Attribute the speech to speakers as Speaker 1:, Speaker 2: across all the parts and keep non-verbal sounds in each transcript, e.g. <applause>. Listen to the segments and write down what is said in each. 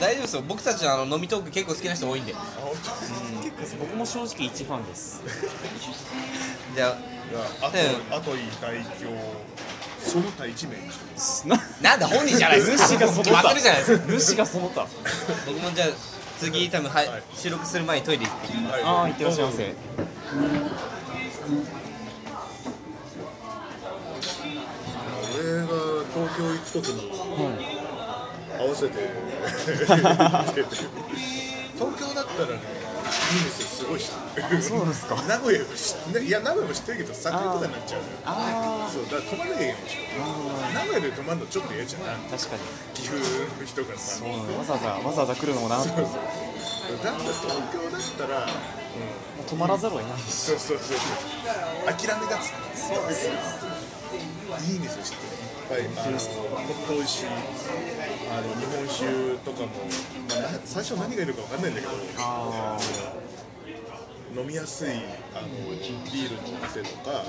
Speaker 1: 大丈夫ですよ僕たちのあの飲みトーク結構好きな人多いんで
Speaker 2: 本当結構そこ
Speaker 3: 僕も正直一ファンです
Speaker 1: じゃ
Speaker 2: いやあと、あといい代表その他一名にしてます
Speaker 3: な
Speaker 1: あなんだ本人じゃないですか
Speaker 3: 主がその他
Speaker 1: 忘れじゃないですか
Speaker 3: 主がその他
Speaker 1: 僕もじゃあ次多分は、
Speaker 2: はい
Speaker 1: 収録する前にトイレ行ってきま
Speaker 2: はい
Speaker 3: ああいってらっしゃいま
Speaker 2: どうぞ
Speaker 3: せ
Speaker 2: 俺が東京行く時に合わ
Speaker 3: <laughs>
Speaker 2: せて東京だったらねいい店すごい知ってる
Speaker 3: そうですか
Speaker 2: <laughs> 名古屋より知っていや名古屋も知ってるけど酒とかになっちゃうのよ
Speaker 3: あ
Speaker 2: そうだから泊まらなきゃいけないでしょ名古屋で泊まるのちょっと嫌じゃない
Speaker 3: あ確かに
Speaker 2: 岐阜の人からさ
Speaker 3: そうなのわざわざわざわざ来るのもな
Speaker 2: そうそう <laughs> だって東京だったら
Speaker 3: 止まらざるを得ないし
Speaker 2: そうそうそうそう諦めがつそうですいいんですよ知ってるいっぱいあのほっと美味しいあの日本酒とかも、まあな、最初何がいるかわかんないんだけど
Speaker 3: あ
Speaker 2: 飲みやすいあのビールのお店とかどど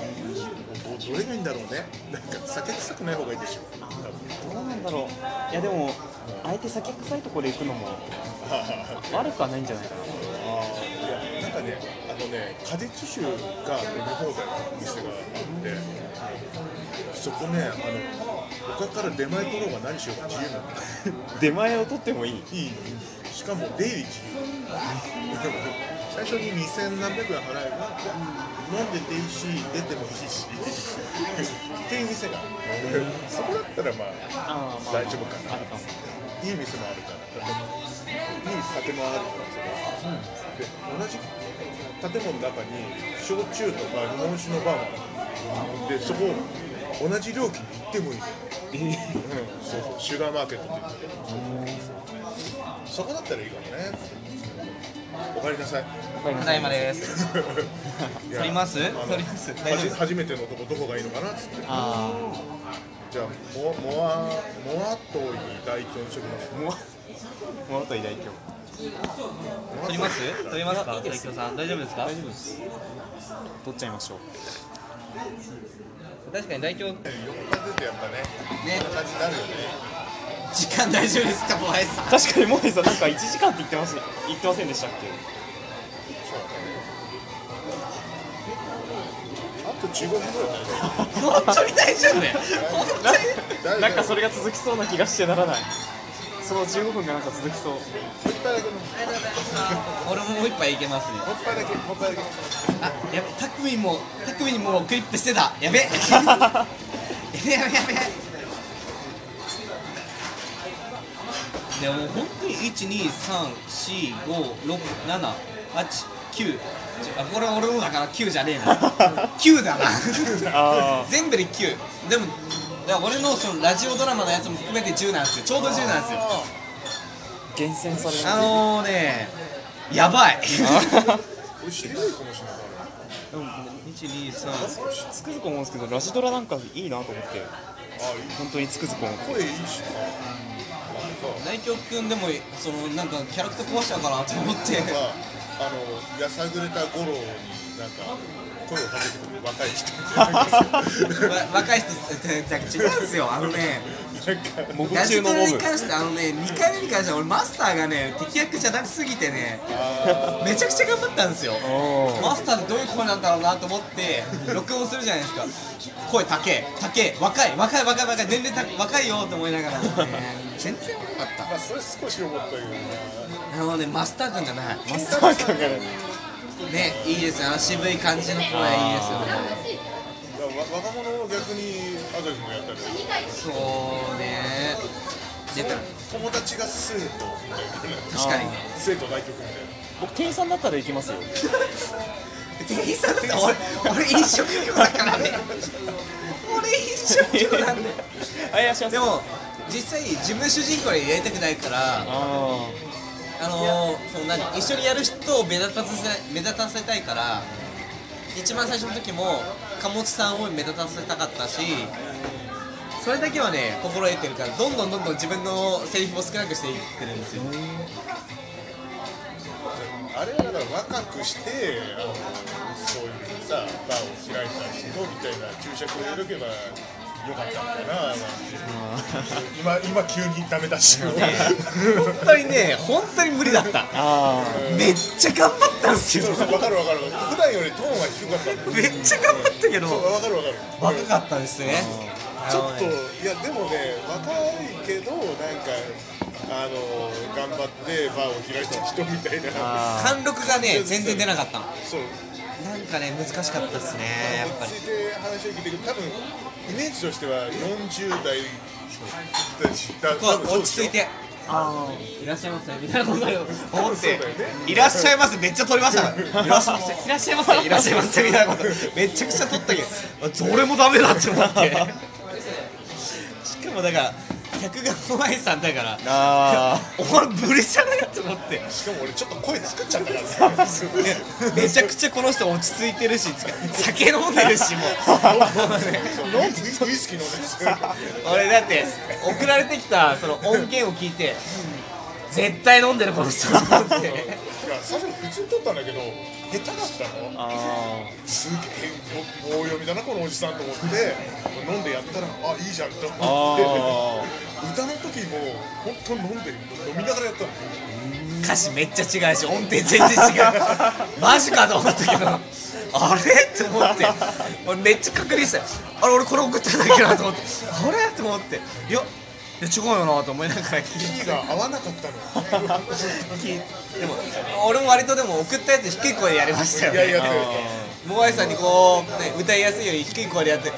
Speaker 2: れがいいんだろうねなんか酒臭くない方がいいでしょ多分
Speaker 3: あどうなんだろういやでもあえて酒臭いところで行くのも
Speaker 2: あ
Speaker 3: 悪くはないんじゃないかな
Speaker 2: あいやなんかねあのね果実酒が飲み放題の店があってそこねあの他から出前取ろうが何しようが自由なんだ
Speaker 3: 出前を取ってもいい
Speaker 2: いいしかも出入り自由最初に2000何百円払えば飲んでていいし出てもいいしっていう店がそこだったらまあ
Speaker 3: あー
Speaker 2: 大丈夫かな
Speaker 3: あるかも
Speaker 2: いい店もあるからいい酒もあるからそれで同じ建物の中に焼酎とか日本酒のバーもあるでそこ同じ料金に行ってもいい
Speaker 3: え
Speaker 2: うんそうそうシュガーマーケットって言ってそこだったらいいかもねおかえりなさい
Speaker 1: すただいまです
Speaker 2: 撮
Speaker 1: 撮ります撮ります大丈夫です
Speaker 2: 初めてのとこどこがいいのかなっつって
Speaker 3: あ
Speaker 2: じゃあモモアモアトイ代表にしときます
Speaker 3: あもうもうあと偉大今日
Speaker 1: 撮ります撮りますか大京さん大丈夫ですか
Speaker 3: 大丈夫です取っちゃいましょう
Speaker 1: 確かに大京ね
Speaker 2: 横から出てやっぱねこんな感じになるよね
Speaker 1: 時間大丈夫ですかお前さん
Speaker 3: 確かにモネさんなんか1時間って言ってました言ってませんでしたっけ
Speaker 2: あと15分ぐらいだよ
Speaker 1: 本当に大丈夫だよ本当に
Speaker 2: 大丈夫
Speaker 3: なんかそれが続きそうな気がしてならないその15分がなんか続き <laughs> そう
Speaker 2: もう一杯だけ飲む
Speaker 1: 俺ももう一杯いけますね
Speaker 2: もう一杯だけもう一杯だけ
Speaker 1: あやべたくみんもたくみんもうクリップしてたやべやべやべやべやべでもう本当に1 2 3 4 5 6 7 8 9あこれは俺のだから9じゃねえな9だな
Speaker 3: あ
Speaker 1: 全部で9でもだから俺のそのラジオドラマのやつも含めて10なんですよちょうど10なんですよ
Speaker 3: あ厳選され
Speaker 1: あ
Speaker 3: る
Speaker 1: のー、ねやばい
Speaker 2: 俺知りたいかもしれない
Speaker 3: でも
Speaker 1: 123
Speaker 3: つくづく思うんですけどラジドラなんかいいなと思って
Speaker 2: ああいい
Speaker 3: 本当につくづく思って
Speaker 2: 声いいしさ
Speaker 1: 内京くんでもそのなんかキャラクター壊しちゃうかなと思って
Speaker 2: さあのやさぐれた五郎になんか声をかけてくる若い人
Speaker 1: わ若い人って違うんですよあのね
Speaker 2: なんか
Speaker 3: モブ
Speaker 1: ラジ
Speaker 3: 中
Speaker 1: ド
Speaker 3: の
Speaker 1: ラ
Speaker 3: モ
Speaker 1: に
Speaker 3: ブ
Speaker 1: 関してあのね2回目に関しては俺マスターがね敵役じゃなくすぎてね
Speaker 2: あ
Speaker 1: めちゃくちゃ頑張ったんですよ
Speaker 3: おー
Speaker 1: マスターってどういう声なんだろうなと思って録音するじゃないですか声高え高え若い若い若い若い年齢高い若いよと思いながらもね全然若かっ
Speaker 2: ーまあそれ少し思ったけどね
Speaker 1: たあのねマスター感がない
Speaker 3: マスター感がない
Speaker 1: ねいいですよあの渋い感じの声いいですよね
Speaker 2: だからわ若者を逆にあずきもやったり
Speaker 1: そうね出た
Speaker 2: 友達が生徒みたいな
Speaker 1: 確かに
Speaker 2: 生徒大曲みたい
Speaker 3: 僕店員さんだったら行きますよ
Speaker 1: 店員さんだったら俺俺飲食業だからね俺飲食業なんだよ
Speaker 3: あいらっしゃいませ
Speaker 1: でも実際自分主人公にやりたくないから
Speaker 3: あ
Speaker 1: あのー、その何一緒にやる人を目立たせ目立たせたいから一番最初の時も貨物さんを目立たせたかったしそれだけはね心得てるからどんどんどんどん自分のセリフを少なくしていってるんですよ
Speaker 2: なあれはだから若くしてあのそういうさバーを開いた人みたいな注釈を入れとけば良かったんだなあの今今急にダメだし <laughs>
Speaker 1: 本当にね本当に無理だった
Speaker 3: あ
Speaker 1: めっちゃ頑張ったんすよ
Speaker 2: そうそう分かる分かる普段よりトーンは低かったんだ
Speaker 1: めっちゃ頑張ったけ
Speaker 2: そう
Speaker 1: ど
Speaker 2: 分かる分かる
Speaker 1: 若かったですね
Speaker 2: ちょっといやでもね若いけどなんかあの頑張ってバーを開いた人みたいな
Speaker 3: あ
Speaker 1: 貫禄がね全然出なかったの
Speaker 2: そう
Speaker 1: なんかね難しかったですねやっぱ
Speaker 2: 落
Speaker 1: り
Speaker 2: ち着いて話を聞いてくる多分イメージとしては40代だしだ
Speaker 1: こ
Speaker 2: 多分
Speaker 1: う
Speaker 2: そ
Speaker 1: 落
Speaker 2: うでし
Speaker 1: ち着い
Speaker 2: ょ
Speaker 1: て
Speaker 3: あ
Speaker 1: いらっしゃいませみたいなことを思っ
Speaker 2: そう
Speaker 1: て
Speaker 2: だよね
Speaker 1: いらっしゃいませめっちゃ撮りましたからいらっしゃいませいらっしゃいませいらっしゃいませみたいなことめちゃくちゃ撮ったけど俺もダメだって思ってしかもだから客がお前さんだから
Speaker 3: あ
Speaker 1: お前ブレじゃないと思って
Speaker 2: しかも俺ちょっと声作っちゃったからさ
Speaker 1: めちゃくちゃこの人落ち着いてるし酒飲んでるしもう
Speaker 2: そうウイウイスキー飲んでるし
Speaker 1: 俺だって送られてきたその音源を聞いて絶対飲んでるこの人と思って
Speaker 2: いや最初普通に撮ったんだけど下手だったの
Speaker 3: あ
Speaker 2: すげえぼ棒読みだなこのおじさんと思って飲んでやったらあいいじゃんと思
Speaker 3: あ
Speaker 2: って歌の時も本当に飲んで飲みながらやったの
Speaker 1: 歌詞めっちゃ違うし音程全然違うマジかと思ったけどあれって思って俺めっちゃ確認したよあれ俺これ送ったんだけどなと思ってあれと思っていやいや違うよなと思いながら聞い
Speaker 2: キ
Speaker 1: て
Speaker 2: ーが合わなか
Speaker 1: <laughs>
Speaker 2: った
Speaker 1: で
Speaker 2: の
Speaker 1: も俺も割とでも送ったやつ低い声でやりましたよ
Speaker 2: い
Speaker 1: ね
Speaker 2: やいや
Speaker 3: あ
Speaker 2: って
Speaker 1: モアイさんにこう、ね、歌いやすいように低い声でやって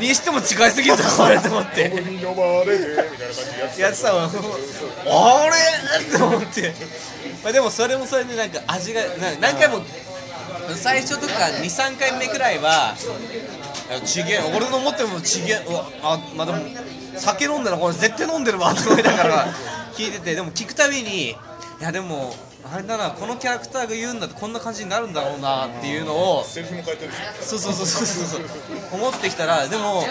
Speaker 1: にしても違いすぎると <laughs> これと思って
Speaker 2: 「海のまれ」みたいな感じでやって
Speaker 1: やってたわあれって思ってまあでもそれもそれでなんか味がな何回も最初とか23回目くらいはあちげえ俺の思ってるのもちげえうわあまあでも酒飲んだらこれ絶対飲んでるわと思いながら聞いててでも聞くたびにいやでもあれだなこのキャラクターが言うんだってこんな感じになるんだろうなっていうのを
Speaker 2: セリフも書いてるし
Speaker 1: そうそうそうそうそうそう思ってきたらでも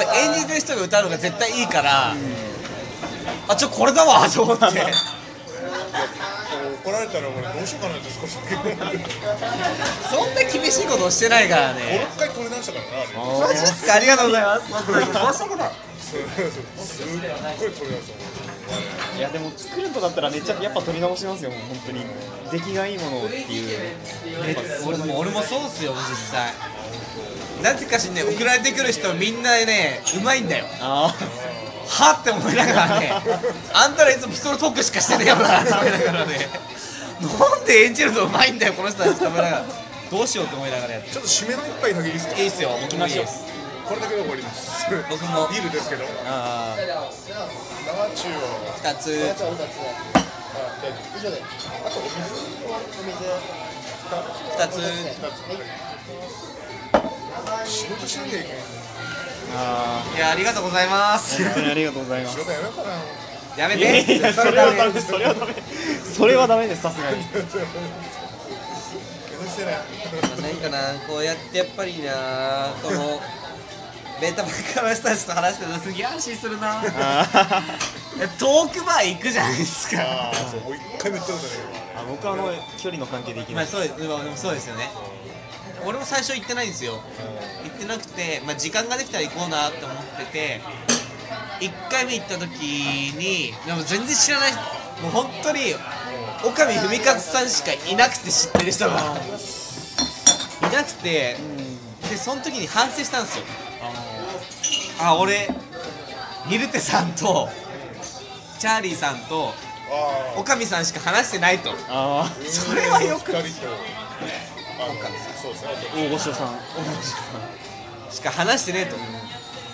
Speaker 1: やっぱ演じてる人が歌うのが絶対いいから、あちょこれだわと思 <laughs> って
Speaker 2: 怒られたら俺どうしようかなって少しだけ56
Speaker 1: そんな厳しいことをしてないからね
Speaker 2: 回取り直したからなあれ
Speaker 1: マジですかありがとうございます本当に申し訳ない
Speaker 2: そうそうすっごい取り直した
Speaker 3: いやでも作るとだったらめっちゃやっぱ取り直しますよもう本当に出来がいいものっていうやっぱそれ
Speaker 1: 俺も俺もそうっすよ実際なぜかしね送られてくる人みんなねうまいんだよ
Speaker 3: あ
Speaker 1: はって思いながら <laughs> ねあんたらいつもピストルトークしかしてねえよなって思いながらねなんで演じるのうまいんだよこの人たちと思いながらどうしようって思いながらやって
Speaker 2: ちょっと締めの一杯だけいいですか
Speaker 1: いいっすよ行きましょう
Speaker 2: これだけで終わります
Speaker 1: 僕も
Speaker 2: ビールですけど
Speaker 3: あああ
Speaker 2: 生中を
Speaker 1: 2つ
Speaker 4: じゃあお二つ以上であとお水とお水
Speaker 1: 2つ
Speaker 2: 仕事しなきゃいけない
Speaker 3: あ
Speaker 1: いやありがとうございます
Speaker 3: 本当にありがとうございます
Speaker 2: 仕事やめようかな
Speaker 1: やめ
Speaker 3: いやい
Speaker 1: て
Speaker 3: やそれはダメそれはダメそれはダメですさすがに
Speaker 2: 気にしてない
Speaker 1: なんかなこうやってやっぱりなこのベータマンからの人たちと話してるとすげえ安心するな
Speaker 3: あ
Speaker 1: トークバー行くじゃないですか
Speaker 2: ああそうもう一回も言ったことないわ
Speaker 3: ーあ僕はあの距離の関係でいき
Speaker 1: ま
Speaker 3: な
Speaker 1: あ
Speaker 3: い
Speaker 1: そうです、まあでもそうですよね。俺も最初行ってないんですよ。行ってなくて、まあ時間ができたら行こうなって思ってて、一回目行った時に、でも全然知らない、もう本当に岡部文和さんしかいなくて知ってる人がいなくて、でその時に反省したんですよ。あ、俺ニルテさんとチャーリーさんと
Speaker 2: ああ
Speaker 1: 岡部さんしか話してないと。
Speaker 3: あ
Speaker 1: それはよく
Speaker 2: 二人とあのそうですねあと
Speaker 3: あ大御所さん
Speaker 1: しか話してねえと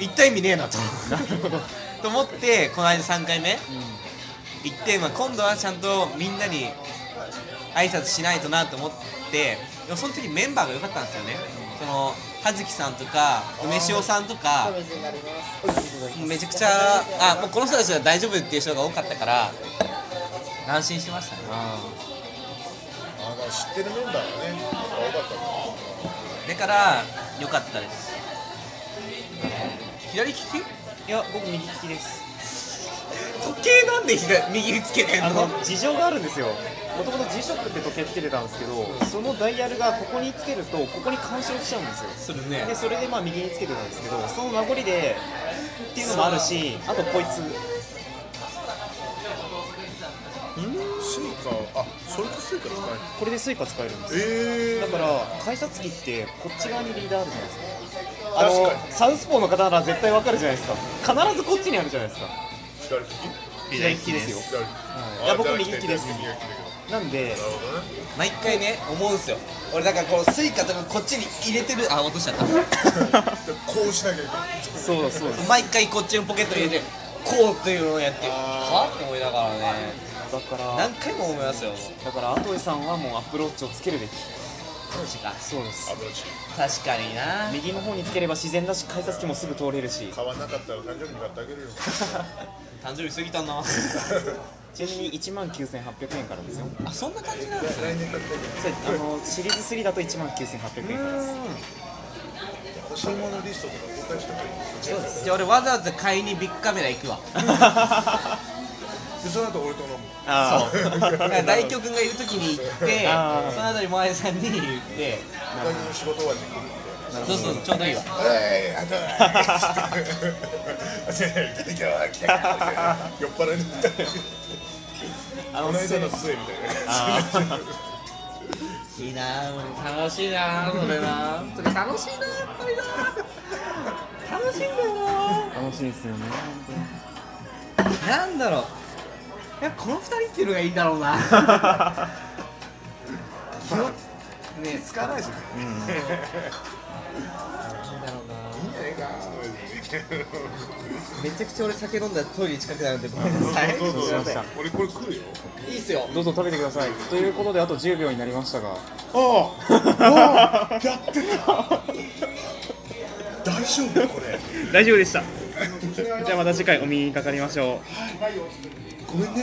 Speaker 1: 言った意味ねえなと
Speaker 3: なるほど
Speaker 1: と思ってこの間3回目行って、まあ、今度はちゃんとみんなに挨拶しないとなと思ってでもその時メンバーが良かったんですよねその葉月さんとか梅塩さんとか
Speaker 4: お水になります
Speaker 1: めちゃくちゃあもうこの人たちは大丈夫っていう人が多かったから安心しましたね
Speaker 2: あだから知ってるメンバーがね多かったな
Speaker 1: だから良かったです左利き
Speaker 3: いや僕右利きです
Speaker 1: 時計なんで左右つけてん
Speaker 3: あ
Speaker 1: の
Speaker 3: の事情があるんですよもともと G ショックって時計つけてたんですけどそのダイヤルがここにつけるとここに干渉しちゃうんですよ
Speaker 1: するね
Speaker 3: でそれでまあ右につけてたんですけどその名残でっていうのもあるしあとこいつ
Speaker 2: スイカあそれとスイカ使え
Speaker 3: これでスイカ使えるんですよ
Speaker 2: る
Speaker 3: だ
Speaker 2: え
Speaker 3: から改札機ってこっち側にリーダーあるじゃないですかあ
Speaker 2: 確か
Speaker 3: のサウスポーの方なら絶対わかるじゃないですか必ずこっちにあるじゃないですか
Speaker 2: ー、左利き
Speaker 3: 左利きですよ
Speaker 2: 左利
Speaker 3: い
Speaker 2: き
Speaker 3: や
Speaker 2: あ
Speaker 3: 僕
Speaker 2: 左利き
Speaker 3: 右利きです
Speaker 2: 左利きだけど
Speaker 3: なんで
Speaker 2: なるほどね
Speaker 1: 毎回ね思うんすよ俺だからこのスイカとかこっちに入れてるあ落としちゃった
Speaker 2: でこうしなきゃいけない
Speaker 3: そうそうです
Speaker 1: 毎回こっちのポケットに入れてこうっていうのをやって
Speaker 2: あ
Speaker 1: はって思いながらね
Speaker 3: だから
Speaker 1: 何回も思いますよ
Speaker 3: だからアトエさんはもうアップローチをつけるべき
Speaker 1: 確か
Speaker 3: そうです
Speaker 2: アプローチ
Speaker 1: 確かにな
Speaker 3: 右の方につければ自然だし改札機もすぐ通れるし
Speaker 2: 買わなかったら誕生日に買ってあげるよ
Speaker 1: 誕生日過ぎたな
Speaker 3: ちなみに1万9800円からですよ
Speaker 1: <laughs> あそんな感じなんですね
Speaker 2: 来年買ってあげる
Speaker 3: それあのシリーズ3だと1万9800円からです
Speaker 2: 欲しいものリストとか公開してくれる
Speaker 1: じゃあ俺わざわざ買いにビッグカメラ行 <laughs> くわ
Speaker 2: でその後俺と飲む
Speaker 3: あ
Speaker 1: だから大京君がいる時に行って
Speaker 3: あー
Speaker 1: その後に前さんに言って
Speaker 2: 大丈夫仕事終わりに来るんで
Speaker 1: そうそうちょうどいいわ
Speaker 2: はい、あとは来た来た来た酔っ払いのみたい
Speaker 3: あ
Speaker 2: こ
Speaker 3: の
Speaker 2: の間の
Speaker 3: せ
Speaker 2: 末みたいな
Speaker 3: あ
Speaker 2: 感じ
Speaker 1: いいなぁ楽しいなぁそれなぁそれ楽しいなぁやっぱりなぁ楽しいんだよな
Speaker 3: 楽しいですよね
Speaker 1: ぁなんだろういやこの二人っていうのがいいんだろうな気をね
Speaker 2: 使わないですよね
Speaker 1: なんだろうない
Speaker 2: いんじゃねえか
Speaker 1: めちゃくちゃ俺酒飲んだらトイレ近くなるんでごめんなさい
Speaker 2: どうぞどうぞ
Speaker 3: すいません
Speaker 2: 俺これ食うよ
Speaker 1: いいっすよ
Speaker 3: どうぞ食べてくださいということであと10秒になりましたが
Speaker 2: ああああやってた大丈夫これ
Speaker 3: 大丈夫でしたじゃあまた次回お見にかかりましょう
Speaker 2: ごめんね